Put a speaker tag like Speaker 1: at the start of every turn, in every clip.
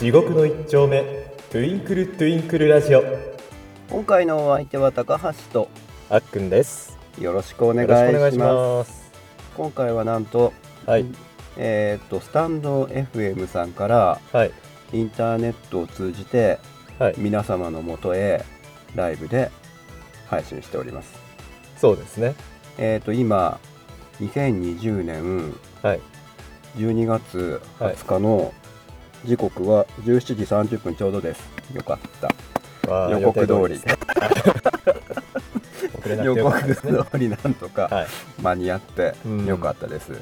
Speaker 1: 地獄の一丁目トゥインクルトゥインクルラジオ
Speaker 2: 今回のお相手は高橋と
Speaker 1: あっくんです
Speaker 2: よろしくお願
Speaker 1: よろしくお願い
Speaker 2: い
Speaker 1: し
Speaker 2: します
Speaker 1: ます
Speaker 2: 今回はなんと
Speaker 1: はい
Speaker 2: えーっとスタンド FM さんから
Speaker 1: はい
Speaker 2: インターネットを通じて
Speaker 1: はい
Speaker 2: 皆様のもとへライブで配信しております
Speaker 1: そうですね
Speaker 2: えーっと今2020年
Speaker 1: はい
Speaker 2: 12月
Speaker 1: はい
Speaker 2: 20日の時刻は17時30分ちょうどですよかった
Speaker 1: わあ
Speaker 2: 予告通り
Speaker 1: 予定ですね遅れなく
Speaker 2: 予
Speaker 1: てよかった
Speaker 2: 告
Speaker 1: ですね
Speaker 2: 通りなんとか
Speaker 1: はい
Speaker 2: 間に合って
Speaker 1: うん
Speaker 2: よかったです、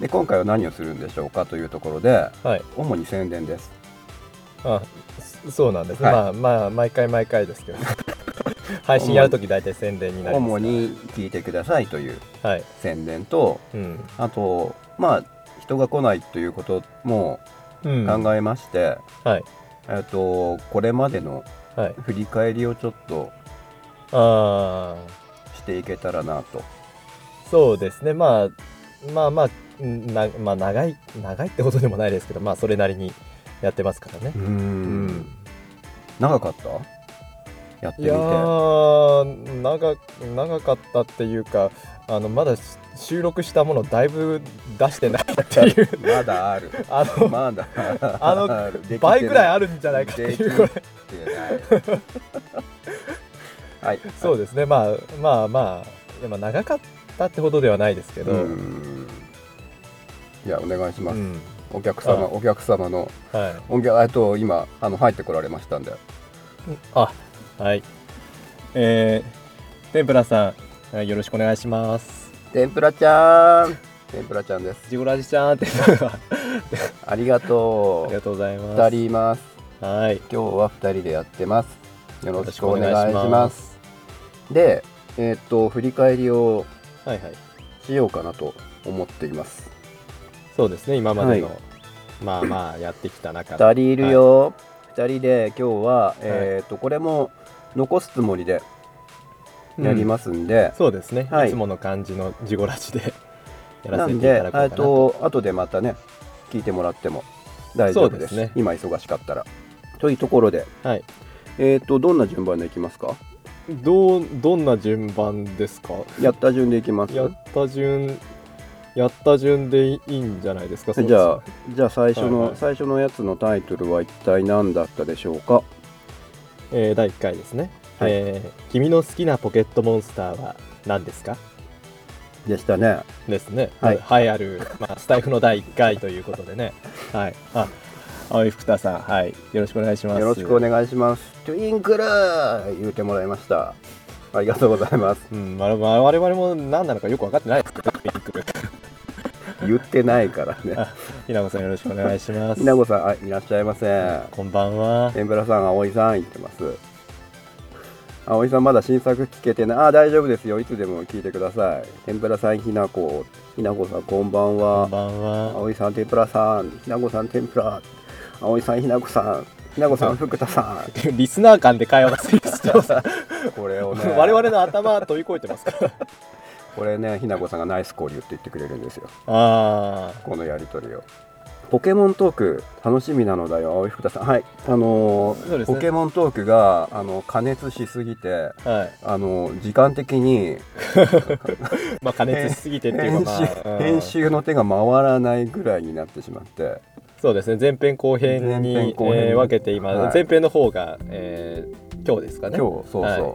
Speaker 2: で今回は何をするんでしょうかというところで
Speaker 1: はい
Speaker 2: 主に宣伝です
Speaker 1: あそそうなんですね、
Speaker 2: はい
Speaker 1: まあまあ毎回毎回ですけど配信やるとき大体宣伝になります
Speaker 2: 主に聞いてくださいという
Speaker 1: はい
Speaker 2: 宣伝と
Speaker 1: うん、
Speaker 2: あとまあ人が来ないということも
Speaker 1: うん、
Speaker 2: 考えまして、
Speaker 1: はい
Speaker 2: えっとこれまでの
Speaker 1: はい
Speaker 2: 振り返りをちょっと
Speaker 1: ああ
Speaker 2: していけたらなと
Speaker 1: そうですね、まあ、まあまあ、うんなまあ、長い、長いってことでもないですけど、まあ、それなりにやってますからね。
Speaker 2: うん
Speaker 1: うん
Speaker 2: 長かったやって
Speaker 1: い
Speaker 2: み
Speaker 1: や
Speaker 2: て、
Speaker 1: ー長、長かったっていうか、あのまだし収録したもの、だいぶ出して ないっていう
Speaker 2: まだある
Speaker 1: あの、
Speaker 2: まだ
Speaker 1: あの倍ぐらいあるんじゃないかっていう、これ、
Speaker 2: はい
Speaker 1: そうですね、まあまあまあ、でも長かったってほどではないですけど、うん
Speaker 2: んいやお願いします、お客様
Speaker 1: あ
Speaker 2: お客様の
Speaker 1: は
Speaker 2: お客えっと今あの入ってこられましたんで
Speaker 1: い。あはい。えー、天ぷらさん、はいよろしくお願いします。
Speaker 2: 天ぷらちゃん天ぷらちゃんです
Speaker 1: ジゴラジちゃんって言ったあ
Speaker 2: ありがと
Speaker 1: りが
Speaker 2: う
Speaker 1: とうございます。
Speaker 2: 2人います
Speaker 1: はい。
Speaker 2: 今日は2人でやってますよろしくお願いし
Speaker 1: よろしくお願
Speaker 2: ま
Speaker 1: いします
Speaker 2: でえっと振り返りを
Speaker 1: はいはい。
Speaker 2: しようかなと思っています
Speaker 1: そうですね。今までの、
Speaker 2: は
Speaker 1: まあまあやってきた中で。
Speaker 2: 2人いるよ、二2人で今日は、えっとこれも残すつもりでやりますんで、
Speaker 1: そうですね。
Speaker 2: はい
Speaker 1: い、つもの感じのジゴラジで や
Speaker 2: な
Speaker 1: らせて
Speaker 2: ん
Speaker 1: いただ
Speaker 2: で
Speaker 1: こう、か
Speaker 2: えっ
Speaker 1: なと。
Speaker 2: と、後でまたね、聞いてもらっても大丈夫です。
Speaker 1: そうですね
Speaker 2: 今忙しかったら。というところで、
Speaker 1: はい。
Speaker 2: えっと、どんな順番でいきますか
Speaker 1: どうどんな順番ですか。
Speaker 2: やった順でいきます
Speaker 1: やった順やった順でいいんじゃないですか。
Speaker 2: じゃあ、じゃあ最初の、
Speaker 1: はいはい
Speaker 2: 最初のやつのタイトルは一体何だったでしょうか
Speaker 1: えー第1回ですね。
Speaker 2: はい
Speaker 1: えー君の好きなポケットモンスターは何ですか。
Speaker 2: でしたね。
Speaker 1: ですね。
Speaker 2: は
Speaker 1: はいい、ある、まあ、スタイフの第1回ということで ね。はい。あ、青井福田さん、はい、よろしくお願いします。
Speaker 2: よろしくお
Speaker 1: い。
Speaker 2: 願いします。トゥインクルー言うてもらいました。ありがとうございます。
Speaker 1: うん、まあ、まあ我々も何なのかよく分かってないですけど、ピンク
Speaker 2: 言ってないからね。
Speaker 1: ひなこさん、よろしくお願いします。
Speaker 2: ひなこさん、あいらっしゃいませ。
Speaker 1: こんばんは。
Speaker 2: 天ぷらさん、葵さん言ってます。葵さんまだ新作聞けてない。あ、大丈夫ですよ。いつでも聞いてください。天ぷらさん、ひなこ。ひなこさん、こんばん
Speaker 1: こん
Speaker 2: は。
Speaker 1: ばんは。
Speaker 2: 葵さん、天ぷらさん。ひなこさん、天ぷら。葵さん、ひなこさん。ひなこさん、福田さ
Speaker 1: リスナー間で会話が成立してます。
Speaker 2: ん。これを ね、
Speaker 1: 我々の頭飛び越えてます から。
Speaker 2: これね、ひなこさんがナイス交流って言ってくれるんですよ。
Speaker 1: あ
Speaker 2: このやりとりを。ポケモントーク楽しみなのだよ、葵福田さん。はい。あのー
Speaker 1: そうですね
Speaker 2: ポケモントークがあの加熱しすぎて、
Speaker 1: あ、はい。
Speaker 2: あの時間的に
Speaker 1: まあ、加熱しすぎてっていう
Speaker 2: 編
Speaker 1: か、まあ、う
Speaker 2: 集
Speaker 1: ん
Speaker 2: 編集の手が回らないぐらいになってしまって
Speaker 1: そうですね前編後編に
Speaker 2: 前編後編
Speaker 1: えー分けて今、
Speaker 2: はい
Speaker 1: 前編の方が、えー今日ですかね
Speaker 2: 今日そうそう、
Speaker 1: はい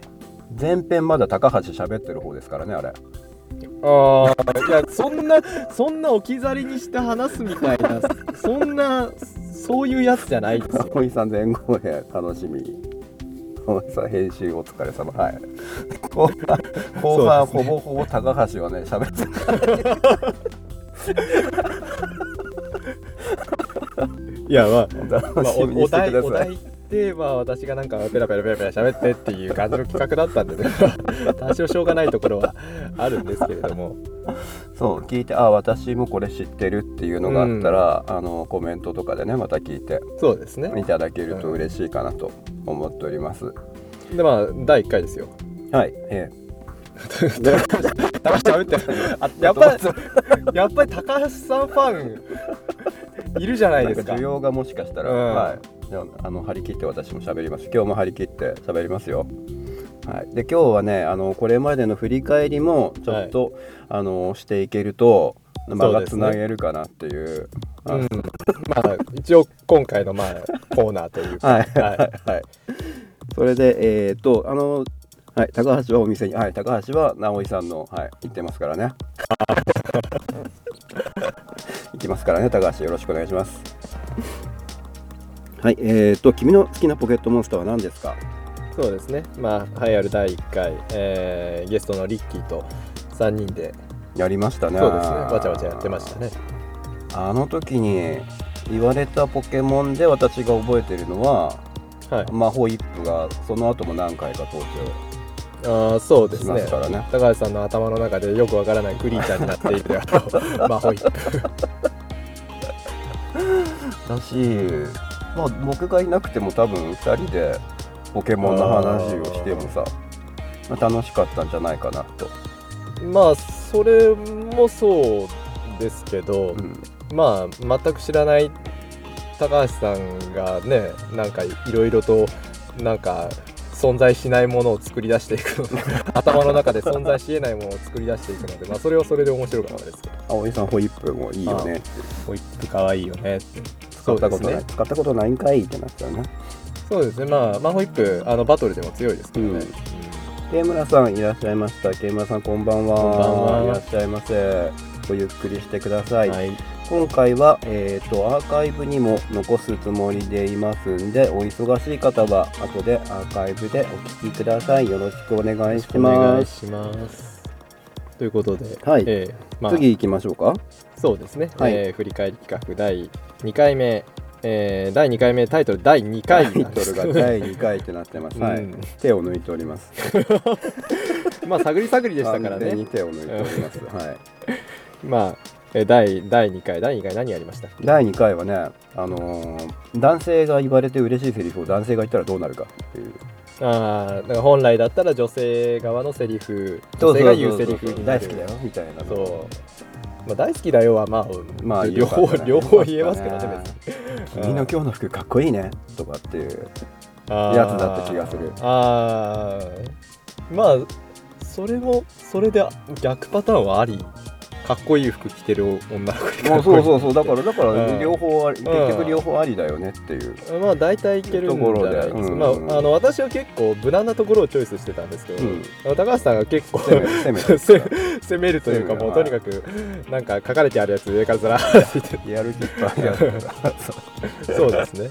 Speaker 2: 前編まだ高橋喋ってる方ですからねあれ
Speaker 1: ああいやそんなそんな置き去りにして話すみたいなそんなそういうやつじゃないですよ
Speaker 2: 葵さん前後編楽しみ葵さん編集お疲れ様 はい後半後半、
Speaker 1: そうですね
Speaker 2: ほぼほぼ高橋はね喋ってない
Speaker 1: いやまあ、
Speaker 2: お楽
Speaker 1: まあ、
Speaker 2: し
Speaker 1: お
Speaker 2: みに
Speaker 1: お
Speaker 2: して
Speaker 1: 題
Speaker 2: く
Speaker 1: お
Speaker 2: ださい
Speaker 1: 題テーマは私がなんかペラペラペラペラ喋ってっていう感じの企画だったんで ね多少しょうがないところはあるんですけれども
Speaker 2: そう聞いてあ私もこれ知ってるっていうのがあったら、あのコメントとかでねまた聞いて
Speaker 1: そうですね
Speaker 2: いただけると嬉しいかなと思っております、
Speaker 1: でまあ第1回ですよ
Speaker 2: はいええ
Speaker 1: 高橋さんってあやっぱりやっぱり高橋さんファンいるじゃない
Speaker 2: なん
Speaker 1: で
Speaker 2: か
Speaker 1: すか
Speaker 2: 需要がもしかしたら、
Speaker 1: うん
Speaker 2: はい、じゃああの張り切って私も喋ります今日も張り切って喋りますよ、はい、で今日はねあのこれまでの振り返りもちょっと、あのしていけると間
Speaker 1: そう
Speaker 2: が
Speaker 1: で
Speaker 2: つ
Speaker 1: すね
Speaker 2: なげるかなっていう
Speaker 1: うん、まあ一応今回のまあコーナーというか
Speaker 2: はいはいはいそれでえっとあのはい、高橋はお店に、はい、高橋は直井さんの、はい、行ってますから ね。行きますからね、高橋、よろしくお願いし ます。はい、えっ、と、君の好きなポケットモンスターは何ですか。
Speaker 1: そうですねまあ栄えある第1回、えーゲストのリッキーと3人で
Speaker 2: やりましたね。
Speaker 1: そうですねわちゃわちゃやってましたね
Speaker 2: あの時に言われたポケモンで、私が覚えてるのは、
Speaker 1: はい
Speaker 2: まあ、ホイップがその後も何回か登
Speaker 1: あーそうで
Speaker 2: 場し
Speaker 1: す
Speaker 2: ま
Speaker 1: ね
Speaker 2: すからね。
Speaker 1: 高橋さんの頭の中でよくわからないクリーチャーになっている あの魔法一
Speaker 2: だし、まあ、僕がいなくても多分2人でポケモンの話をしてもさ、まあ、楽しかったんじゃないかなと、
Speaker 1: 匹まあそれもそうですけど、
Speaker 2: うん
Speaker 1: まあ全く知らない高橋さんがねなんかいろいろとなんか存在しないものを作り出していくので 頭の中で存在し得ないものを作り出していくので、まあ、それはそれで面白かったですけど
Speaker 2: 葵さんホイップもいいよねって
Speaker 1: ホイップかわいいよねって
Speaker 2: 使ったこと
Speaker 1: そ
Speaker 2: ない、
Speaker 1: うですね
Speaker 2: 使ったことないんかいってなっちゃうね
Speaker 1: そうですねまあまあホイップあのバトルでも強いですからね、
Speaker 2: うん
Speaker 1: うん
Speaker 2: 慶村さんいらっしゃいました慶村さんこんばんは
Speaker 1: こんばんはい
Speaker 2: らっしゃいませごゆっくりしてください、
Speaker 1: はい
Speaker 2: 今回は、えー、とアーカイブにも残すつもりでいますんでお忙しい方は後でアーカイブでお聞きくださいよろしくお願いし
Speaker 1: お願
Speaker 2: ま
Speaker 1: いし
Speaker 2: す
Speaker 1: ます。ということで、
Speaker 2: はい
Speaker 1: えーまあ、
Speaker 2: 次行きましょうか
Speaker 1: そうですね、
Speaker 2: はい
Speaker 1: えー振り返り企画第2回目、えー第2回目タイトル第2回
Speaker 2: タイ
Speaker 1: なん
Speaker 2: ト
Speaker 1: で
Speaker 2: ル
Speaker 1: すけ
Speaker 2: が
Speaker 1: ど
Speaker 2: 第2回ってなってます、は
Speaker 1: う
Speaker 2: い
Speaker 1: ん、
Speaker 2: 手を抜いております
Speaker 1: まあ探り探りでしたから
Speaker 2: 完全
Speaker 1: ね
Speaker 2: に、手を抜いております、はい、
Speaker 1: まあえー第第2回第2回何やりましたっけ
Speaker 2: 第2回はね、あのー男性が言われて嬉しいセリフを男性が言ったらどうなるかっていう
Speaker 1: あーだから本来だったら女性側のセリフ
Speaker 2: そう
Speaker 1: 女
Speaker 2: そ
Speaker 1: 性
Speaker 2: う
Speaker 1: が
Speaker 2: そう
Speaker 1: 言うセリフにな
Speaker 2: 大
Speaker 1: る
Speaker 2: 好きだよみたいな
Speaker 1: そう、まあ、大好きだよはまあ、
Speaker 2: まあ
Speaker 1: 両
Speaker 2: よ
Speaker 1: 方
Speaker 2: かったね
Speaker 1: 両方言えますけどね別に
Speaker 2: 君の今日の服かっこいいねとかっていうや
Speaker 1: や
Speaker 2: つだった気がする
Speaker 1: あーまあそれもそれで逆パターンはありかっこいい服着てる女の子に
Speaker 2: も
Speaker 1: かっ
Speaker 2: う
Speaker 1: こい
Speaker 2: そ
Speaker 1: いう
Speaker 2: そうそうだからだから、
Speaker 1: うん
Speaker 2: 両方あり
Speaker 1: ん
Speaker 2: 結局両方ありだよねっていう、
Speaker 1: まあ大体いけるんじゃないですか、
Speaker 2: ところでうん
Speaker 1: まあ、あの私は結構無難なところをチョイスしてたんですけど、
Speaker 2: うん
Speaker 1: あの高橋さんが結構
Speaker 2: 攻め 攻めて
Speaker 1: 攻攻めるというかもうとに
Speaker 2: 攻めるは
Speaker 1: かくなんか書かれてあるやつ上からずらーって言っ
Speaker 2: やる気いっぱいやるそう
Speaker 1: てそうですね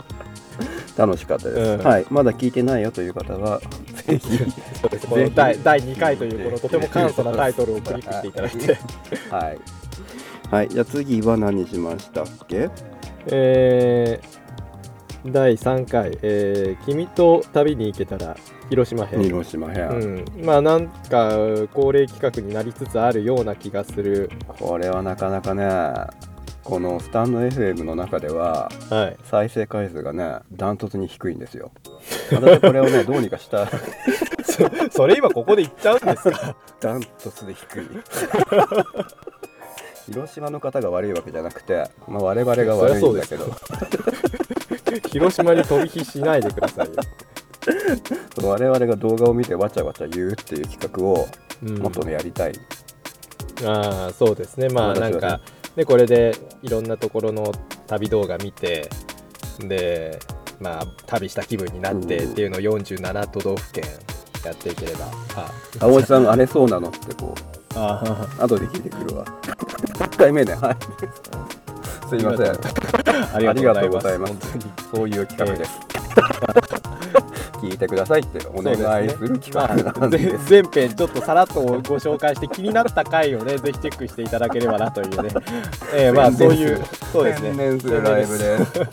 Speaker 2: 楽しかったです、
Speaker 1: うん
Speaker 2: はいまだ聞いてないよという方はぜひ
Speaker 1: そうですこの第第2回というこのとても簡素なタイトルをクリックしていただいて
Speaker 2: はい。はい、じゃあ次は何しましたっけ？
Speaker 1: えー第3回、えー君と旅に行けたら広島編」
Speaker 2: 広島編、
Speaker 1: うん、まあなんか恒例企画になりつつあるような気がする、
Speaker 2: これはなかなかね、このスタンド FM の中では
Speaker 1: はい、
Speaker 2: 再生回数がね、ダントツに低いんですよ。私これを ね、どうにかした。
Speaker 1: そ それ今ここで言っちゃうんですか
Speaker 2: ダントツ で低い。広島の方が悪いわけじゃなくて、まあ我々が悪いんだけど、
Speaker 1: そ
Speaker 2: そ
Speaker 1: り 広島に飛び火しないでくだ さいよ、
Speaker 2: の我々が動画を見てわちゃわちゃ言うっていう企画を
Speaker 1: うん
Speaker 2: もっとねやりたい。
Speaker 1: ああそうですねまあ
Speaker 2: 私は
Speaker 1: な
Speaker 2: ね
Speaker 1: んかでこれでいろんなところの旅動画見てでまあ旅した気分になってっていうのを47都道府県やっていければあ
Speaker 2: 葵さん荒れそうなのってこう。
Speaker 1: あ
Speaker 2: 後で聞いてくるわ。1回目ね、はい。すいません。
Speaker 1: あ
Speaker 2: りがとうございます
Speaker 1: 本当に
Speaker 2: そういう企画です。 聞いてくださいってお願いする企画なんです。
Speaker 1: ぜ全編ちょっとさらっとご紹介して気になった回をね ぜひチェックしていただければなというね、 えーまあ
Speaker 2: 宣
Speaker 1: そう
Speaker 2: 伝す
Speaker 1: い
Speaker 2: る
Speaker 1: うそうですね
Speaker 2: 天然するライブ
Speaker 1: 宣伝す
Speaker 2: です。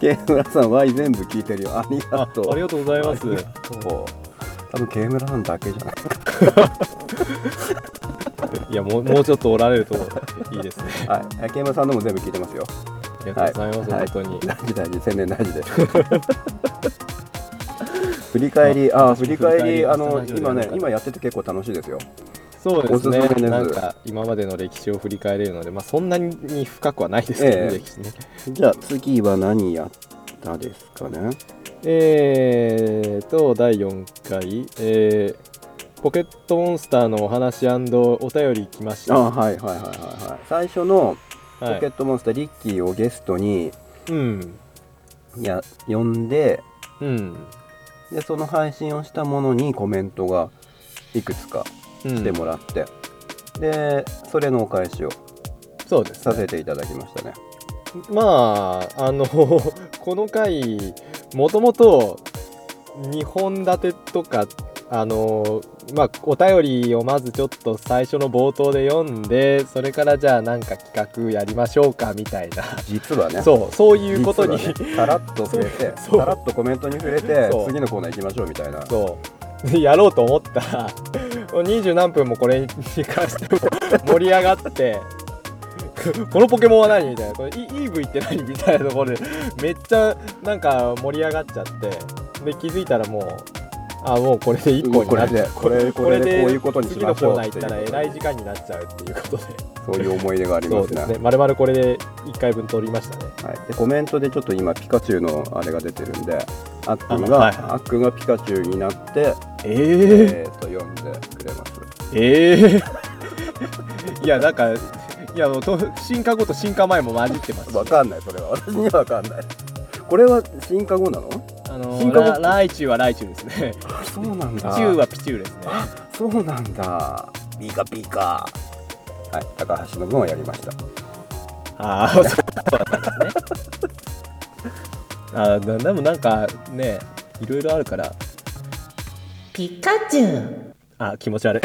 Speaker 2: ケイムラさん、Y 全部聞いてるよ。あり
Speaker 1: あ
Speaker 2: がとう。
Speaker 1: ありがとうございます
Speaker 2: ありがとう多分ケイムラさんだけじゃない。
Speaker 1: いやもうもうちょっとおられるといいですね
Speaker 2: はい、ケイムラさんのも全部聞いてますよ。
Speaker 1: ありがとうございます、
Speaker 2: はい
Speaker 1: 本当に、
Speaker 2: 大事大事、宣伝大事です。 振り返り、あ、振り返り、あの、今ね、今やってて結構楽しいですよ。
Speaker 1: そうですね
Speaker 2: おすすめです
Speaker 1: なんか今までの歴史を振り返れるので、まあ、そんなに深くはないですけど、
Speaker 2: ええ
Speaker 1: 歴史ね
Speaker 2: じゃあ次は何やったですかね
Speaker 1: えーと第4回、えーポケットモンスターのお話お便り来まし
Speaker 2: あ
Speaker 1: た
Speaker 2: はいはいはいはいはい最初のポ
Speaker 1: は
Speaker 2: ケットモンスターリッキーをゲストに、
Speaker 1: い、うん
Speaker 2: い、や呼んで
Speaker 1: うん
Speaker 2: でその配信をしたものにコメントがいくつか
Speaker 1: うん
Speaker 2: してもらって、でそれのお返しを
Speaker 1: そうです、
Speaker 2: さ
Speaker 1: ね、
Speaker 2: せていただきましたね
Speaker 1: まああの この回もともと2本立てとかあのまあお便りをまずちょっと最初の冒頭で読んでそれからじゃあなんか企画やりましょうかみたいな
Speaker 2: 実はね
Speaker 1: そうそういうことに、
Speaker 2: 実はねさらっと触れて
Speaker 1: そうそう
Speaker 2: さらっとコメントに触れて
Speaker 1: そう
Speaker 2: 次のコーナー行きましょうみたいな
Speaker 1: そうでやろうと思ったら二十何分もこれに関しても盛り上がってこのポケモンは何みたいなこれイイーブイって何みたいなところでめっちゃなんか盛り上がっちゃってで気づいたらもうあもうこれで一本になっちゃう
Speaker 2: これでこれこれでこういうことにし
Speaker 1: 次の
Speaker 2: まし
Speaker 1: コ
Speaker 2: ょ
Speaker 1: ー
Speaker 2: う
Speaker 1: ナ
Speaker 2: っ
Speaker 1: ー
Speaker 2: て
Speaker 1: 行っ
Speaker 2: いう
Speaker 1: たらえらい時間になっちゃうっていうことで
Speaker 2: そういう思い出があり
Speaker 1: そ
Speaker 2: ま
Speaker 1: う
Speaker 2: す
Speaker 1: で
Speaker 2: ね
Speaker 1: すねまるまるこれで1回分取りましたね
Speaker 2: はい、でコメントでちょっと今ピカチュウのあれが出てるんであっく
Speaker 1: あ
Speaker 2: ん
Speaker 1: の
Speaker 2: が、
Speaker 1: はい
Speaker 2: あっくんがピカチュウになって
Speaker 1: え
Speaker 2: えー、と読んでくれます
Speaker 1: ええ いやなんかいやもうと進化後と進化前も混じってます
Speaker 2: わかんないそれは私にはわかんないこれは進化後なの
Speaker 1: あの
Speaker 2: 進
Speaker 1: ー、
Speaker 2: 化後
Speaker 1: ラライチュウはライチュウですね
Speaker 2: あそうなん
Speaker 1: ピチ
Speaker 2: だ
Speaker 1: ュウはピチュウですね
Speaker 2: そうなんだピカピカはい高橋の分をやりました
Speaker 1: ああそうなんですねあーなでもなんかねいろいろあるから
Speaker 3: ピカチュウ
Speaker 1: あ気持 ち悪い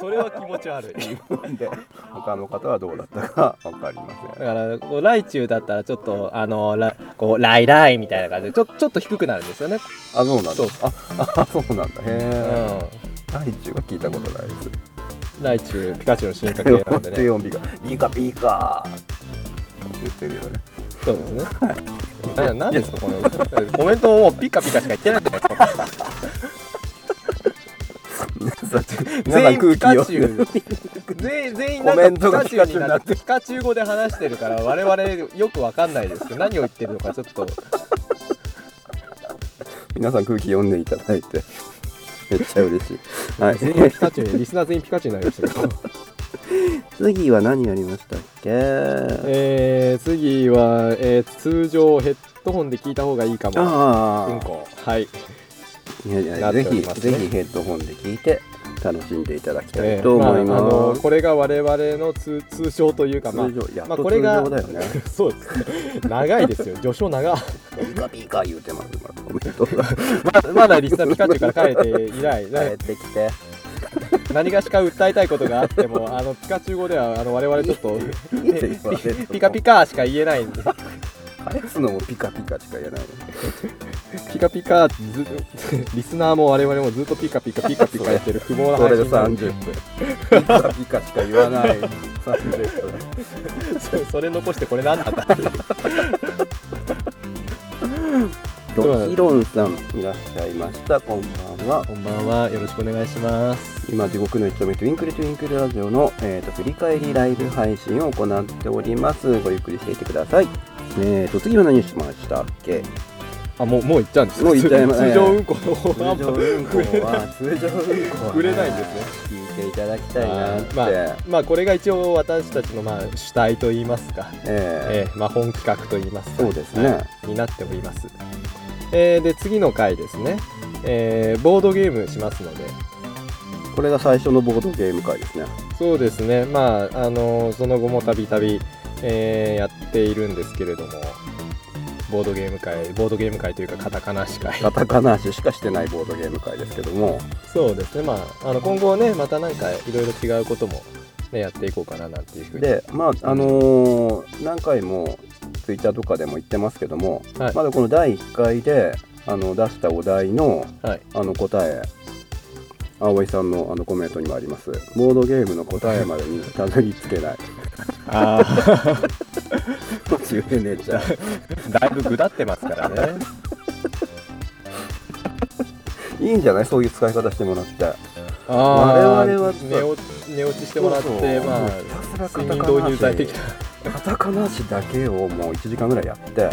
Speaker 1: それは気持ち悪い
Speaker 2: で 他の方はどうだったかわかりませ
Speaker 1: だ
Speaker 2: ん
Speaker 1: からこうライチュウだったらちょっとあのラこうライライみたいな感じでちょちょっと低くなるんですよね、
Speaker 2: あそうなんだ
Speaker 1: そう
Speaker 2: ああそうなんだへえ
Speaker 1: うん
Speaker 2: 第一は聞いたことないです
Speaker 1: ライチュウピカチュウの進 化系なんでね。
Speaker 2: 4ピカピカピカ言ってるよね
Speaker 1: そうですね。ななんですかこのコメントももうピカピカしか言ってないじゃないですか。
Speaker 2: 皆さん空気読
Speaker 1: 全員
Speaker 2: ん
Speaker 1: ピ
Speaker 2: で
Speaker 1: 全員全員
Speaker 2: コメント
Speaker 1: なん
Speaker 2: が
Speaker 1: かピカチュウになっ
Speaker 2: ピ
Speaker 1: てピカチュウ語で話してるから我々よくわかんないですけど何を言ってるのかちょっと
Speaker 2: 皆さん空気読んでいただ いてめっちゃ嬉しい、はい、
Speaker 1: 全員ピカチュウにリスナー全員ピカチュウになりましたけど。
Speaker 2: 次は何やりましたっけ
Speaker 1: えー、次は、えー通常ヘッドホンで聞いた方がいいかも。
Speaker 2: ああ、
Speaker 1: うんこはい。
Speaker 2: いやいや
Speaker 1: なって
Speaker 2: ぜ
Speaker 1: お
Speaker 2: ひ、
Speaker 1: ります
Speaker 2: ぜ
Speaker 1: ね
Speaker 2: ひヘッドホンで聞いて楽しんでいただきた
Speaker 1: え
Speaker 2: いと
Speaker 1: ーまあ
Speaker 2: 思い
Speaker 1: あ
Speaker 2: ま
Speaker 1: の
Speaker 2: す、
Speaker 1: これが我々の通通称というかまあ
Speaker 2: 通常やっ
Speaker 1: まあ
Speaker 2: と
Speaker 1: こ
Speaker 2: 通
Speaker 1: れが
Speaker 2: 常だよね、
Speaker 1: そうですね。長いですよ。序章長。
Speaker 2: ピカピカ言うてますまたコメン トが
Speaker 1: ま まだリスナーピカチュウから帰って以来、な
Speaker 2: 帰ってき て
Speaker 1: 何がしか訴えたいことがあっても、あのピカチュウ語ではあの我々ちょっと
Speaker 2: いいって言われても
Speaker 1: ピカピカしか言えないんで、
Speaker 2: 返すのもピカピカしか言えない の
Speaker 1: ピカピカず リスナーも我々もずっとピカピカピカピカやってる不毛な
Speaker 2: そ
Speaker 1: 配
Speaker 2: れで
Speaker 1: 信なんで
Speaker 2: 30分ピカピカしか言わない30分
Speaker 1: そうそれ残してこれ何なんだった
Speaker 2: とヒロンさんいらっしゃいましたこんばんは
Speaker 1: こんばんはよろしくお願いします
Speaker 2: 今地獄の一丁目トゥインクルトゥインクルラジオの、えー、と振り返りライブ配信を行っておりますごゆっくりしていてくださいえーと次は何しましたっけ
Speaker 1: あもうもう行っちゃうんです
Speaker 2: もう行っちゃいます
Speaker 1: 通常運行の
Speaker 2: 通常運行は通常運行は
Speaker 1: 触れないんですね
Speaker 2: 聞いていただきたいなって、
Speaker 1: まあまあこれが一応私たちのまあ主体といいますか
Speaker 2: え
Speaker 1: えーまあ、本企画といいます
Speaker 2: ー
Speaker 1: か
Speaker 2: そうですね、
Speaker 1: になっております、えーで次の回ですね、えーボードゲームしますので
Speaker 2: これが最初のボードゲーム会ですね
Speaker 1: そうですねまあ、あのーその後もたびたびえーやっているんですけれどもボードゲーム会ボードゲーム会というかカタカナ司会
Speaker 2: カタカナ足しかしてないボードゲーム会ですけども
Speaker 1: そうですねまああの今後はねまたなんかいろいろ違うことも、ね、やっていこうかななんていうふうに
Speaker 2: でまああのー何回もツイッターとかでも言ってますけども、
Speaker 1: はい
Speaker 2: まだこの第1回であの出したお題の
Speaker 1: はい
Speaker 2: あの答え葵さんのあのコメントにもありますボードゲームの答えまでにたどり着 けない
Speaker 1: あ あ
Speaker 2: 言えねえじゃん
Speaker 1: だいぶぐだってますからね
Speaker 2: いいんじゃないそういう使い方してもらって
Speaker 1: あー
Speaker 2: 我々は
Speaker 1: 寝落ち寝落ちしてもらっ
Speaker 2: そうそ
Speaker 1: て
Speaker 2: う
Speaker 1: まあ
Speaker 2: ひたすら
Speaker 1: 睡
Speaker 2: カタ
Speaker 1: 眠
Speaker 2: カナ
Speaker 1: 導入剤的な
Speaker 2: カタカナ足だけをもう1時間ぐらいやって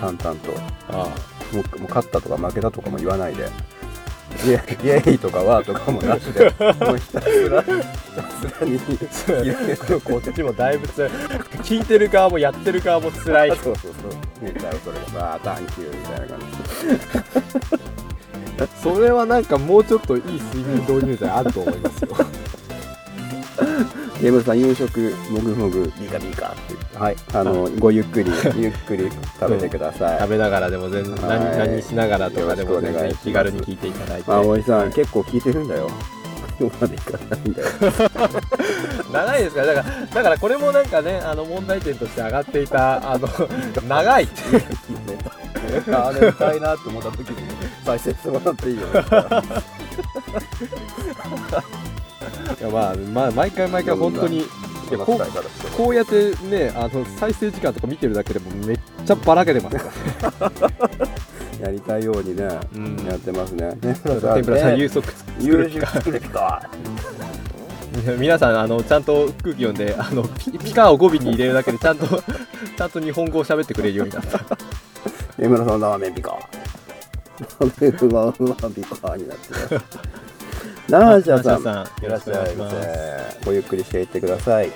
Speaker 2: 淡々と
Speaker 1: あ
Speaker 2: もうもう勝ったとか負けたとかも言わないで「イエイエイとか「わ」とかもなしでもうひたすらひたすらに
Speaker 1: そう
Speaker 2: いろいろこ
Speaker 1: こっちもだいぶつらい聞いてる側もやってる側もつら
Speaker 2: う
Speaker 1: い
Speaker 2: そうそうそう寝ちゃうそれが「あータンキュー」みたいな感じ
Speaker 1: それはなんかもうちょっといい睡眠導入剤あると思いますよ
Speaker 2: ゲームさん夕食もぐもぐビカビカって言ってはいあのごゆっくりゆっくり食べてくださ い、
Speaker 1: 食べながらでも全然
Speaker 2: はい
Speaker 1: 何何しながらとかでも全
Speaker 2: よろしくお願
Speaker 1: 然
Speaker 2: いします
Speaker 1: 気軽に聞いていただいて
Speaker 2: まあ大森さん、
Speaker 1: はい
Speaker 2: 結構聞いてるんだよここまでいかないん だよ
Speaker 1: 長いですからだからだからこれもなんかねあの問題点として上がっていたあの 長いっていう
Speaker 2: あれ歌いなって思った時に再生してもらっていい よ
Speaker 1: いやまあ、まあ、毎回毎回本当にいやこうこうやってねあの再生時間とか見てるだけでもめっちゃばらけてますから
Speaker 2: やりたいようにね、
Speaker 1: うん
Speaker 2: やってますね。天
Speaker 1: 天ぷらさん有足作るか
Speaker 2: 作るか。
Speaker 1: 皆さんあのちゃんと空気読んであのピピカを語尾に入れるだけでちゃんと ちゃんと日本語を喋ってくれるようになった
Speaker 2: 天ぷらさんラーメンピカ。ラーメンピカになってる。 ナーシャさん、
Speaker 1: ナーシャさんよろしくお願いします
Speaker 2: いらっしゃいませごゆっくりしていってください。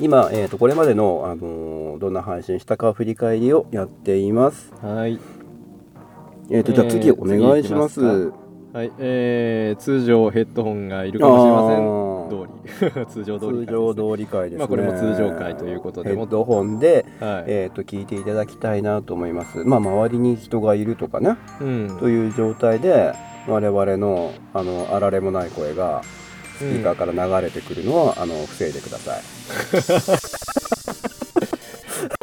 Speaker 2: 今、えー、とこれまでの、あのーどんな配信したか振り返りをやっています。
Speaker 1: はい
Speaker 2: えー、とじゃあ次
Speaker 1: え
Speaker 2: お
Speaker 1: ー
Speaker 2: 願いしま
Speaker 1: 次
Speaker 2: す
Speaker 1: 行。はいえー、通常ヘッドホンがいるかもしれません通り 通常通り
Speaker 2: 通常通り会ですね。
Speaker 1: まあこれも通常回ということで
Speaker 2: ヘッドホンで、
Speaker 1: はい、
Speaker 2: えー、と聞いていただきたいなと思います。まあ、周りに人がいるとかね
Speaker 1: うん
Speaker 2: という状態で我々のあのあられもない声がスピーカーから流れてくるのを、あの防いでください。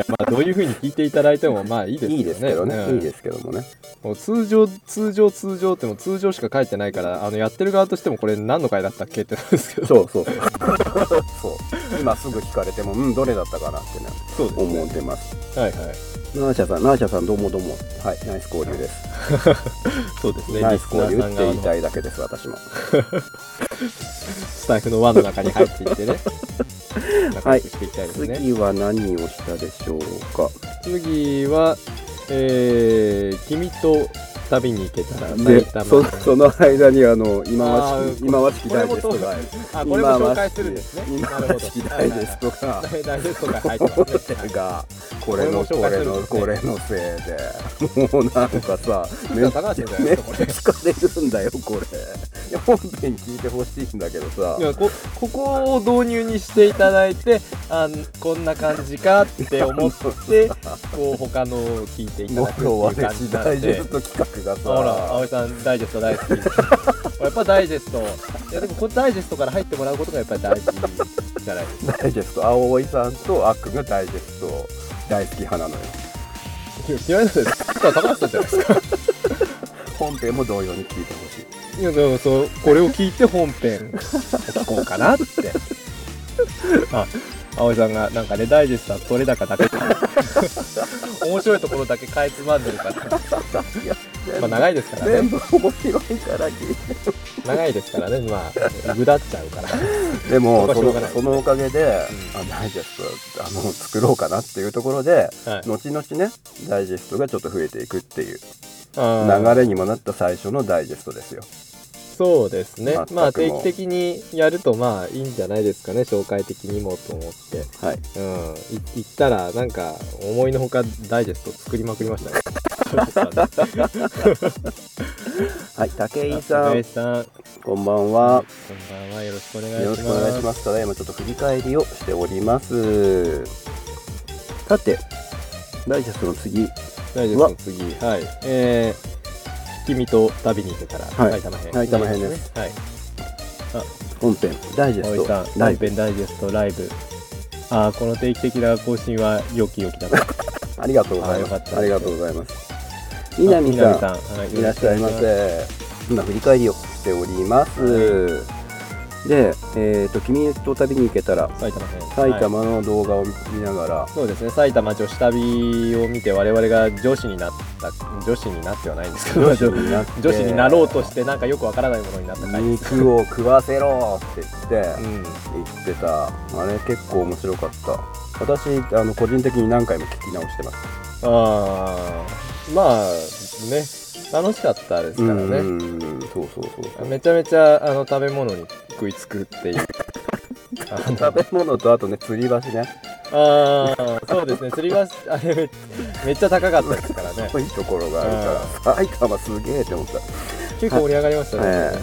Speaker 1: まあどういうふうに聞いていただいて もまあいいですけどね
Speaker 2: い
Speaker 1: うん
Speaker 2: いですけどね、いいですけどもね。
Speaker 1: もう通常通常通常ってもう通常しか書いてないからあのやってる側としてもこれ何の回だったっけってなるんですけど
Speaker 2: そうそう そうそう今すぐ聞かれてもうんどれだったかなってね
Speaker 1: そうです
Speaker 2: 思ってます。
Speaker 1: はいはい
Speaker 2: ナーシャさんナーシャさんどうもどうもはいナイス交流です。
Speaker 1: そうですね
Speaker 2: ナイス交流
Speaker 1: リスナーさん
Speaker 2: っ
Speaker 1: 側
Speaker 2: て言い
Speaker 1: の
Speaker 2: たいだけです私も。
Speaker 1: スタッフの輪の中に入ってい ってね仲良くしていきたいですね、
Speaker 2: 次は何をしたでしょうか。
Speaker 1: 次は、えー、君と旅に行けたら
Speaker 2: で
Speaker 1: 埼玉
Speaker 2: そその間にあの忌ま
Speaker 1: あ
Speaker 2: わし
Speaker 1: ー
Speaker 2: き忌まわしき
Speaker 1: これ
Speaker 2: 大
Speaker 1: も
Speaker 2: ですと
Speaker 1: そう
Speaker 2: か
Speaker 1: あこれも紹介するんですね
Speaker 2: 忌ま
Speaker 1: なる
Speaker 2: わ
Speaker 1: ほ
Speaker 2: しき
Speaker 1: ど
Speaker 2: 大ですとか
Speaker 1: はいはい 大ですとか入ってますねはい
Speaker 2: がこれの
Speaker 1: これも紹
Speaker 2: こ
Speaker 1: 介する
Speaker 2: れ
Speaker 1: ん
Speaker 2: の
Speaker 1: ですね
Speaker 2: これのせいでもうなんかさめっち
Speaker 1: 高橋さんじ
Speaker 2: ゃめ
Speaker 1: ゃない
Speaker 2: っ
Speaker 1: ですかこ
Speaker 2: ちゃ疲れるんだよこれいや本編聞いてほしいんだけどさ
Speaker 1: いやこここを導入にしていただいてあこんな感じかって思ってこう他のを聞いていただくって
Speaker 2: 僕は
Speaker 1: い う
Speaker 2: ね
Speaker 1: 感じな
Speaker 2: ダイ
Speaker 1: の
Speaker 2: ジ
Speaker 1: で
Speaker 2: ェスト企画が
Speaker 1: ほら
Speaker 2: さ
Speaker 1: 葵さんダイジェスト大 好きやっぱダイジェストいやでもこれダイジェストから入ってもらうことがやっぱり大事じゃないですか
Speaker 2: ダイジェスト葵さんとあっくんがダイジェスト大好き派なのよ
Speaker 1: 嫌いなんですよ高橋さんじゃないですか
Speaker 2: 本編も同様に聞いてほしい
Speaker 1: いやでもそうこれを聞いて本編聞こうかなって あ葵さんがなんかねダイジェストは取れ高だけ面白いところだけかいつまんでるからまあ長いですからね
Speaker 2: 全部面白いから聞いて
Speaker 1: 長いですからねまあぐだっちゃうから
Speaker 2: でも
Speaker 1: そ
Speaker 2: そ
Speaker 1: こはしょう
Speaker 2: の
Speaker 1: がない
Speaker 2: そのおかげで、
Speaker 1: う
Speaker 2: あダイジェストあの作ろうかなっていうところで、
Speaker 1: はい
Speaker 2: 後々ねダイジェストがちょっと増えていくっていう
Speaker 1: 長
Speaker 2: 流れにもなった最初のダイジェストですよ。
Speaker 1: そうですね
Speaker 2: 全くも
Speaker 1: まあ定期的にやるとまあいいんじゃないですかね紹介的にもと思って
Speaker 2: はい、
Speaker 1: うんい行ったらなんか思いのほかダイジェスト作りまくりましたねそうですかね
Speaker 2: はい、武井
Speaker 1: 高
Speaker 2: さ
Speaker 1: 橋
Speaker 2: ん
Speaker 1: さん
Speaker 2: こんばんは。
Speaker 1: こんばんは。よろしくお願いします。
Speaker 2: よろしくお願いします。ただいまちょっと振り返りをしております。さてダイジェストの次
Speaker 1: 大丈夫です。次、はい。えー、君と旅に行けたら、
Speaker 2: はい
Speaker 1: 埼玉編。
Speaker 2: 埼玉編です
Speaker 1: ね。はい。
Speaker 2: 本編ダイジェ
Speaker 1: 葵さん
Speaker 2: ス、トライ
Speaker 1: 本
Speaker 2: ブ
Speaker 1: 編ダイジェストライブ。ああ、この定期的な更新は良き良きだな。
Speaker 2: ありがとうござい
Speaker 1: あよ
Speaker 2: ま
Speaker 1: かっ
Speaker 2: す。
Speaker 1: た
Speaker 2: ありがとうございます。南さん。
Speaker 1: 南さんはい
Speaker 2: いらっしゃいま
Speaker 1: よろく
Speaker 2: せ。今振り返りをしております。で、えー、と君と旅に行けたら
Speaker 1: 埼玉県
Speaker 2: 埼
Speaker 1: はい
Speaker 2: 玉の動画を見ながら、
Speaker 1: そうですね埼玉女子旅を見て我々が女子になった女子になってはないんですけど
Speaker 2: 女子になって
Speaker 1: 女子になろうとしてなんかよくわからないものになった回です
Speaker 2: 肉を食わせろって言って、
Speaker 1: うん
Speaker 2: 言ってたあれ結構面白かった私あの個人的に何回も聞き直してます
Speaker 1: あーまあね楽しかったですからね、
Speaker 2: うんうんうんそうそうそうそう
Speaker 1: めちゃめちゃあの食べ物に食いつくっていう あの
Speaker 2: 食べ物とあとね吊り橋ね
Speaker 1: ああそうですね吊り橋 あれめめっちゃ高かったですからね
Speaker 2: いいところがあるから埼玉すげえって思った
Speaker 1: 結構盛り上がりましたね、
Speaker 2: え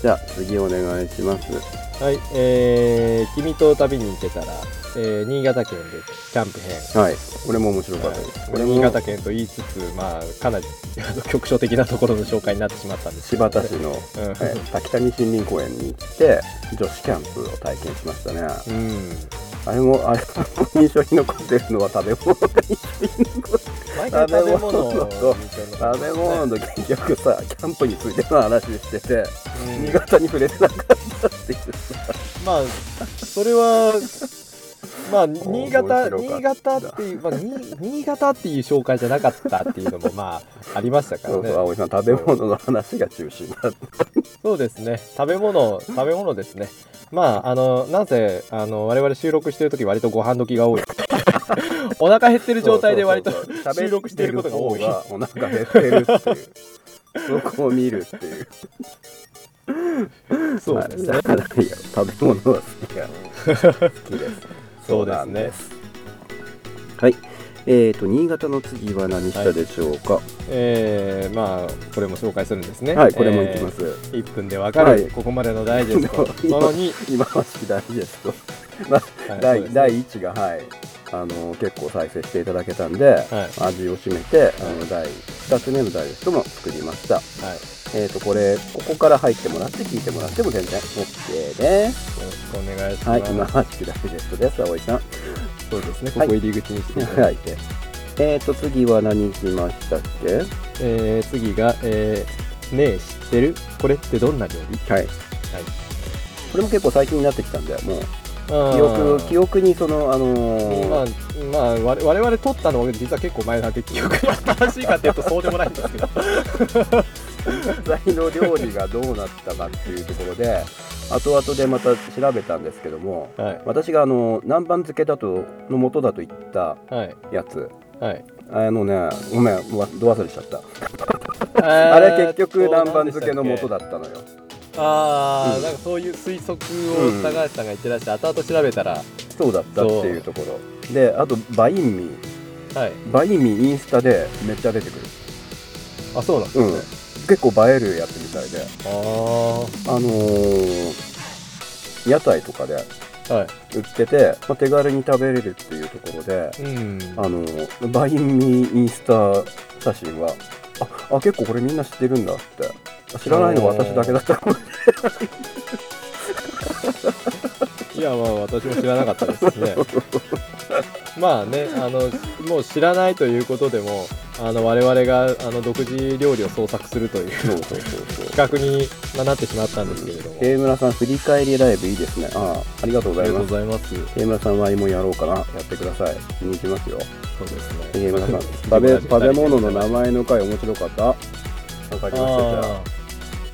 Speaker 2: じゃあ次お願いします
Speaker 1: はいえー、君と旅に行けたら、えー新潟県でキャンプ編
Speaker 2: はいこれも面白かったです、これも
Speaker 1: 新潟県と言いつつ、まあ、かなりあの局所的なところの紹介になってしまったんですけど
Speaker 2: 柴田市の、
Speaker 1: うん
Speaker 2: えー滝谷森林公園に行って女子キャンプを体験しましたね
Speaker 1: うん
Speaker 2: あれもあれも印象に残ってるのは食べ物が印象に残って
Speaker 1: 毎回食べ物を
Speaker 2: 食べ物の結局さキャンプについての話してて、
Speaker 1: うん
Speaker 2: 新潟に触れてなかったっていう
Speaker 1: まあそれはまあ新潟
Speaker 2: 面白
Speaker 1: 新
Speaker 2: かっ
Speaker 1: 潟っていう、まあ、に新潟っていう紹介じゃなかったっていうのもまあありましたから
Speaker 2: そう
Speaker 1: ね
Speaker 2: そう葵さん食べ物の話が中心だっ
Speaker 1: そうですね食べ物食べ物ですねまああのなんせあの我々収録してる時割とご飯時 が多いお腹減ってる
Speaker 2: た
Speaker 1: 状態で割と
Speaker 2: そうそうそう
Speaker 1: 収録してることが多い
Speaker 2: 食べてる方がお腹減ってるっていうそこを見るっていう
Speaker 1: そうですね
Speaker 2: だからいや食べ物は好き が好きです
Speaker 1: そうですね
Speaker 2: はいえーと新潟の次は何したでしょうかは
Speaker 1: えー、まあこれも紹介するんですね
Speaker 2: い、これもいきます、
Speaker 1: えー1分でわかる、
Speaker 2: はい
Speaker 1: ここまでのダイジェス トその2、
Speaker 2: 今は式ダイジェスト、ま
Speaker 1: は
Speaker 2: あ
Speaker 1: いそう
Speaker 2: 第
Speaker 1: ですね
Speaker 2: 第1が、はい、あの結構再生していただけたんで、味を占めて、あの第2つ目のダイジェストも作りました、
Speaker 1: はい、よ
Speaker 2: えー、とこれここから入ってもらって聞いてもらっても全然 OK です
Speaker 1: ろしくお願いし
Speaker 2: はい
Speaker 1: ます、
Speaker 2: 今は式ダイジェストです葵さん
Speaker 1: そうですね、こ
Speaker 2: はい
Speaker 1: こ入り口にしていただいて、
Speaker 2: えー、と次は何しましたっけ
Speaker 1: えー次が、えーねえ、知ってるこれってどんな料理
Speaker 2: はい、はい、これも結構最近になってきたんでもう記憶記
Speaker 1: 憶
Speaker 2: 憶にそのあのー
Speaker 1: まあ、まあ、我我々撮ったのは実は結構前なんで記憶が正しいかっていうとそうでもないんです けど
Speaker 2: 材の料理がどうなったかっていうところで後々でまた調べたんですけども
Speaker 1: はい
Speaker 2: 私があの南蛮漬けだとの元だと言った
Speaker 1: はい
Speaker 2: やつ
Speaker 1: はい
Speaker 2: あのねごめんわど忘れしちゃった
Speaker 1: あ
Speaker 2: あれ結局南蛮漬けの元だったのよ
Speaker 1: ああ、
Speaker 2: うん
Speaker 1: なんかそういう推測を高橋さんが言ってらして後々調べたら
Speaker 2: そうだったっていうところであとバインミー
Speaker 1: はい
Speaker 2: バインミーインスタでめっちゃ出てくる
Speaker 1: あそうなんです
Speaker 2: うん
Speaker 1: ね、
Speaker 2: 結構映えるやつみたいで
Speaker 1: ああ
Speaker 2: あのー屋台とかで
Speaker 1: は
Speaker 2: 売ってて、まあ、手軽に食べれるっていうところで
Speaker 1: いうん
Speaker 2: あのバインミーインスタ写真はああ結構これみんな知ってるんだってあ知らないのは私だけだったかも
Speaker 1: いやまあ私も知らなかったです ねまあねあのもう知らないということでもあの我々があの独自料理を創作するという
Speaker 2: そうそうそうそう
Speaker 1: 企画にまあなってしまったんですけれども、あ
Speaker 2: 平村さん振り返りライブいいですねああありがとうござ
Speaker 1: り
Speaker 2: い
Speaker 1: がとう
Speaker 2: ま
Speaker 1: ご
Speaker 2: す
Speaker 1: ざいますそ
Speaker 2: 平村さんは今やろうかなやってください見に行きます よ
Speaker 1: うですね
Speaker 2: 平村さん食 べ食べ物の名前の回面白かったわかりましたじゃあ
Speaker 1: あ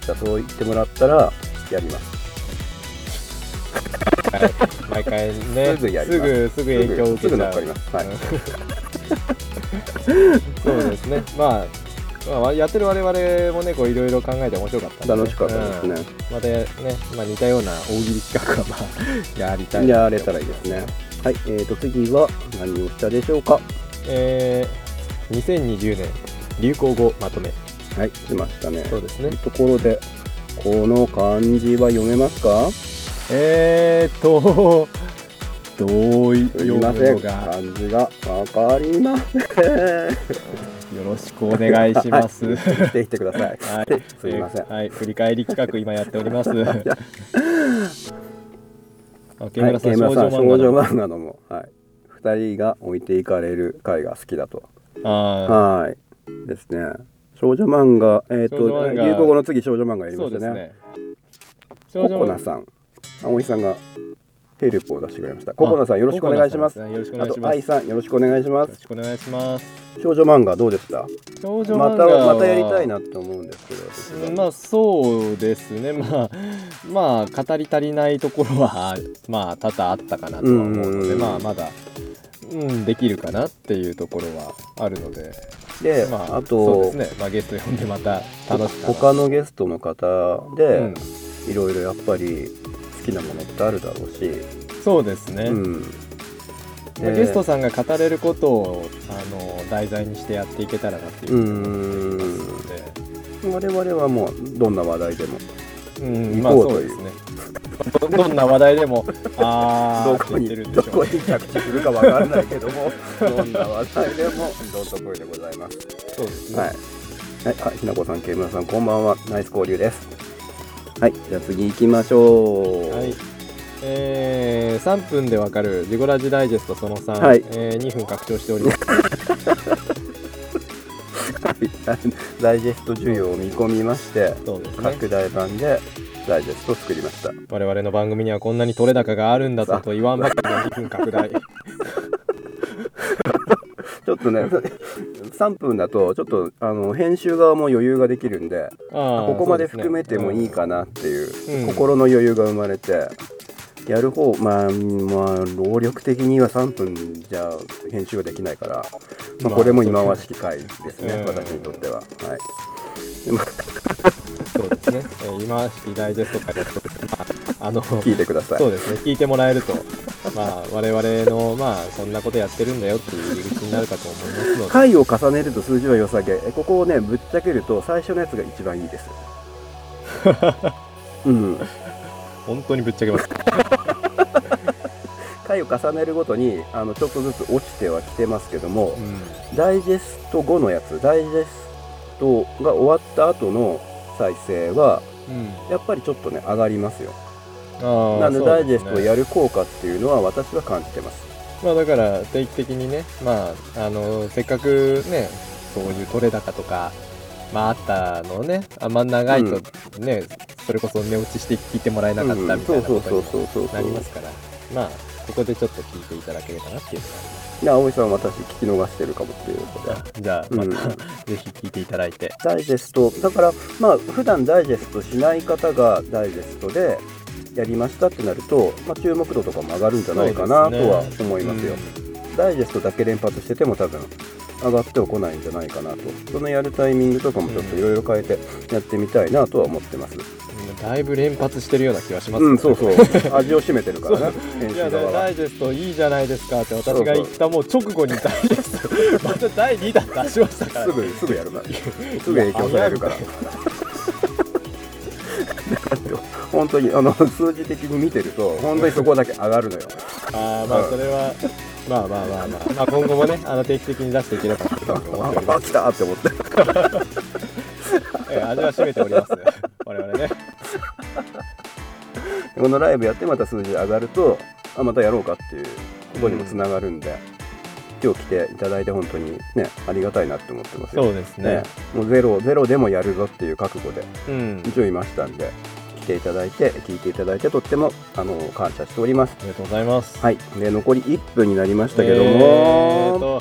Speaker 2: じゃあそう言ってもらったらやります
Speaker 1: あ毎回ね
Speaker 2: すぐやり
Speaker 1: す
Speaker 2: ます
Speaker 1: ぐすぐ影響を受
Speaker 2: す
Speaker 1: け
Speaker 2: ぐ
Speaker 1: ち
Speaker 2: 乗
Speaker 1: ゃ
Speaker 2: っ
Speaker 1: う
Speaker 2: かりますはい、
Speaker 1: そうですねまあまあ、やってる我々もねこういろいろ考えて面白かったんでね
Speaker 2: 楽しかったですね、
Speaker 1: うんまたね、まあ、似たような大喜利企画はまあやりたい
Speaker 2: やれたらいいですね。はい、えー、と次は何をしたでしょうか。
Speaker 1: えー、2020年流行語まとめ
Speaker 2: はい、しましたね。
Speaker 1: そうです
Speaker 2: とい
Speaker 1: ね
Speaker 2: うところで、この漢字は読めますか。
Speaker 1: えーっと同意
Speaker 2: すい
Speaker 1: 読む
Speaker 2: ませ
Speaker 1: の
Speaker 2: ん。
Speaker 1: が
Speaker 2: 漢字がわかりません。
Speaker 1: よろしくお願いします
Speaker 2: はい言っていってください。
Speaker 1: はい、
Speaker 2: すいません
Speaker 1: えーはい、振り返り企画今やっております あケイム
Speaker 2: はい、
Speaker 1: ラさん、
Speaker 2: ケイ
Speaker 1: 少
Speaker 2: ムラ
Speaker 1: 女
Speaker 2: さん少
Speaker 1: 漫
Speaker 2: 女
Speaker 1: 画の
Speaker 2: 漫画のも、はい、二人が置いていかれる回が好きだと。
Speaker 1: あ
Speaker 2: はい、ですね。少女漫画、えっ、ー、
Speaker 1: 少女
Speaker 2: と、
Speaker 1: 漫画
Speaker 2: 流行語の次少女漫画
Speaker 1: ー
Speaker 2: やり
Speaker 1: そ
Speaker 2: ま
Speaker 1: う
Speaker 2: した
Speaker 1: です
Speaker 2: ね。
Speaker 1: ね
Speaker 2: ココナ
Speaker 1: ん
Speaker 2: さん、葵さんがヘルプを出してくれました。ココナさんよろしくお願いします。
Speaker 1: よろしくお
Speaker 2: あ
Speaker 1: 願いし
Speaker 2: と
Speaker 1: ま
Speaker 2: 愛
Speaker 1: す。よ
Speaker 2: さんよろしくお願いしま
Speaker 1: ろ
Speaker 2: す。
Speaker 1: しくお願いします。
Speaker 2: 少女漫画どうですか？
Speaker 1: 少女
Speaker 2: ま
Speaker 1: 漫
Speaker 2: た
Speaker 1: 画は
Speaker 2: またやりたいなって思うんですけど。私は
Speaker 1: まあそうですねまあまあ語り足りないところはまあ多々あったかなとは思う
Speaker 2: うん
Speaker 1: の
Speaker 2: うん
Speaker 1: で
Speaker 2: うん
Speaker 1: まあまだ、うん、できるかなっていうところはあるので
Speaker 2: で、
Speaker 1: まあ
Speaker 2: あ
Speaker 1: そうで
Speaker 2: と
Speaker 1: す、ね、まあ、ゲスト呼んでまた楽しく
Speaker 2: 他のゲストの方で、
Speaker 1: うん
Speaker 2: いろいろやっぱり好きなものってあるだろうし、
Speaker 1: そうですね、
Speaker 2: うん、
Speaker 1: まあゲストさんが語れることをあの題材にしてやっていけたらなっていうう
Speaker 2: ん
Speaker 1: ので、
Speaker 2: 我々はもうどんな話題でも
Speaker 1: うん、まあ
Speaker 2: 行こう
Speaker 1: そう
Speaker 2: と
Speaker 1: で
Speaker 2: い
Speaker 1: す
Speaker 2: う
Speaker 1: ねど どんな話題でもあ
Speaker 2: ど
Speaker 1: あって
Speaker 2: こ
Speaker 1: 言
Speaker 2: に
Speaker 1: ってるんで
Speaker 2: ど
Speaker 1: しょ
Speaker 2: こ
Speaker 1: う
Speaker 2: に着地するかわからないけど も どんな話題でもどんとこいでございます。
Speaker 1: そうですね、
Speaker 2: はい、はい、あひなこさん、けいむらさん、こんばんは、ナイス交流です。はい、じゃあ次行きましょう。
Speaker 1: はい。えー、3分でわかるジゴラジダイジェストその3、
Speaker 2: はい
Speaker 1: えー、2分拡張しております。
Speaker 2: ダイジェスト需要を見込みまして、
Speaker 1: そうですね。
Speaker 2: 拡大版でダイジェストを作りました。
Speaker 1: 我々の番組にはこんなに取れ高があるんだぞ
Speaker 2: さ
Speaker 1: と言わんばかりの2分拡 大。
Speaker 2: ちょっとね、3分だと、ちょっとあの編集側も余裕ができるんで、
Speaker 1: あー
Speaker 2: ここまで
Speaker 1: そうすね
Speaker 2: 含めてもいいかなっていう、
Speaker 1: うん
Speaker 2: 心の余裕が生まれて、やる方、まあ、まあ、労力的には3分じゃ編集はできないから、まあ、
Speaker 1: まあ
Speaker 2: これも忌まわしき回ですね、
Speaker 1: うん
Speaker 2: 私にとっては。はい
Speaker 1: そうですね。えー、今、ダイジェストからやってますまああの、
Speaker 2: 聞いてください。
Speaker 1: そうですね。聞いてもらえると、まあ、我々の、まあ、こんなことやってるんだよっていう入り口になるかと思いますので、
Speaker 2: 回を重ねると数字は良さげえここをねぶっちゃけると最初のやつが一番いい ですうん
Speaker 1: 本当にぶっちゃけます。
Speaker 2: 回を重ねるごとにあのちょっとずつ落ちてはきてますけども
Speaker 1: う、ん。
Speaker 2: ダイジェスト後のやつダイジェストが終わった後の再生は
Speaker 1: うん。
Speaker 2: やっぱりちょっとね上がりますよ
Speaker 1: あー
Speaker 2: なので
Speaker 1: そ
Speaker 2: ダ
Speaker 1: う
Speaker 2: イジ
Speaker 1: で
Speaker 2: ェ
Speaker 1: す
Speaker 2: ス
Speaker 1: ね
Speaker 2: トをやる効果っていうのは私は感じてます
Speaker 1: まあだから定期的にね、まあ、あのせっかくねそういう取れ高とか、まあ、あったのをねあんま長いとね、それこそ寝落ちして聞いてもらえなかっ
Speaker 2: うん
Speaker 1: たみたいな
Speaker 2: そ
Speaker 1: こ
Speaker 2: うそ
Speaker 1: と
Speaker 2: うそうそう
Speaker 1: に
Speaker 2: そ
Speaker 1: な
Speaker 2: う
Speaker 1: りますから、まあここでちょっと聞いていただければなっていうのがあります
Speaker 2: で葵さん私聞き逃してるかもっていうことで
Speaker 1: じゃあ
Speaker 2: うん
Speaker 1: また、ぜひ聞いていただいて
Speaker 2: ダイジェストだからまあ普段ダイジェストしない方がダイジェストでやりましたってなると、まあ、注目度とかも上がるんじゃないかな
Speaker 1: そう
Speaker 2: と
Speaker 1: ですね
Speaker 2: は思いますよ、ダイジェストだけ連発してても多分上がってはこないんじゃないかなとそのやるタイミングとかもちょっといろいろ変えてやってみたいなとは思ってま
Speaker 1: う
Speaker 2: す
Speaker 1: んだいぶ連発してるような気はします
Speaker 2: うんそうそう味を占めてるからね編
Speaker 1: い
Speaker 2: 集
Speaker 1: や
Speaker 2: 側
Speaker 1: ダ
Speaker 2: は
Speaker 1: イジェストいいじゃないですかって私が言ったもう直後にダイジェスト また第2弾出しましたから
Speaker 2: すぐすぐやるなすぐ影響されるから だって本当にあの数字的に見てると本当にそこだけ上 がるのよ
Speaker 1: ああまあ
Speaker 2: うん
Speaker 1: それは、まあまあまあまあ、まあ、今後もねあの定期的に出していければなと思っておりま
Speaker 2: あ
Speaker 1: す、
Speaker 2: 来たって思って
Speaker 1: ええ味は占めております我々ね
Speaker 2: このライブやってまた数字上がるとあまたやろうかっていうことにもつながるんで、今日来ていただいて本当にねありがたいなって思ってますよ
Speaker 1: そうですね
Speaker 2: もうゼロゼロでもやるぞっていう覚悟で
Speaker 1: うん
Speaker 2: 一応いましたんで来ていただいて聞いていただいてとってもあの感謝しております
Speaker 1: ありがとうございますい
Speaker 2: はいで残り1分になりましたけども、
Speaker 1: えーとうん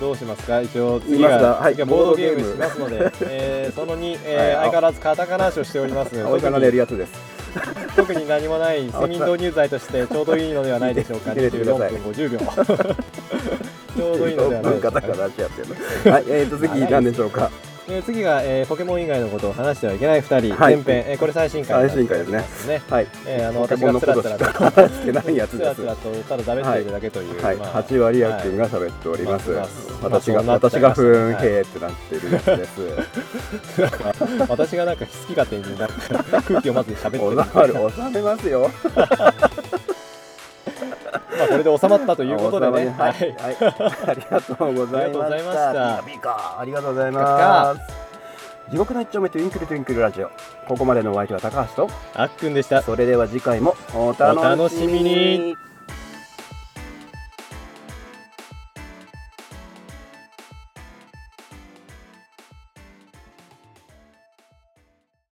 Speaker 1: どうしますか一応次
Speaker 2: 言います
Speaker 1: が
Speaker 2: かはい
Speaker 1: 次がボードゲーム
Speaker 2: ボ
Speaker 1: し
Speaker 2: ードゲー
Speaker 1: ますので、えー、その2、えー
Speaker 2: は
Speaker 1: 相
Speaker 2: い
Speaker 1: 変わらずカタカナ足をしております
Speaker 2: 青い花でやるやつです
Speaker 1: 特に何もない睡眠導入剤としてちょうどいいのではないでしょ うか
Speaker 2: 入れてく
Speaker 1: 24
Speaker 2: だ さい
Speaker 1: 分50秒ちょうどいい のではないでしょ
Speaker 2: カ
Speaker 1: うか
Speaker 2: タカナってやってるはいえーと次何でしょうか
Speaker 1: えー次が、えーポケモン以外のことを話してはいけない2人、
Speaker 2: はい
Speaker 1: 前編、えーこれ最新回
Speaker 2: 最新回ですね
Speaker 1: ね、
Speaker 2: はい
Speaker 1: えーあの
Speaker 2: ポケ
Speaker 1: 私
Speaker 2: モン
Speaker 1: が
Speaker 2: の
Speaker 1: つ
Speaker 2: こ
Speaker 1: ら
Speaker 2: と
Speaker 1: つ
Speaker 2: し
Speaker 1: ら
Speaker 2: か
Speaker 1: と
Speaker 2: 話してない やつ
Speaker 1: つ
Speaker 2: で
Speaker 1: ら
Speaker 2: す
Speaker 1: つらとただ喋っているだけという、
Speaker 2: はい、
Speaker 1: まあ
Speaker 2: 8割やくんが喋っております。
Speaker 1: はい
Speaker 2: 私が、
Speaker 1: まあ
Speaker 2: 私がふーん
Speaker 1: はい
Speaker 2: へーってなってるやつです。
Speaker 1: 私がなんか好き勝手になんか空気をまず喋って
Speaker 2: お
Speaker 1: る、
Speaker 2: ざ
Speaker 1: ま
Speaker 2: まる、収めますよ。
Speaker 1: あ、これで収ま ったということで
Speaker 2: お収ま
Speaker 1: ね、
Speaker 2: り
Speaker 1: は
Speaker 2: はいい、 はいありがとうございま
Speaker 1: ありがとうござい
Speaker 2: した。
Speaker 1: ました
Speaker 2: ビカビカありがとうございます。地獄の一丁目トゥインクルトゥインクルラジオ。ここまでのお相手は高橋と、
Speaker 1: あっくんでした。
Speaker 2: それでは次回もお
Speaker 1: お楽
Speaker 2: 楽
Speaker 1: し
Speaker 2: し
Speaker 1: み
Speaker 2: み
Speaker 1: に
Speaker 2: に。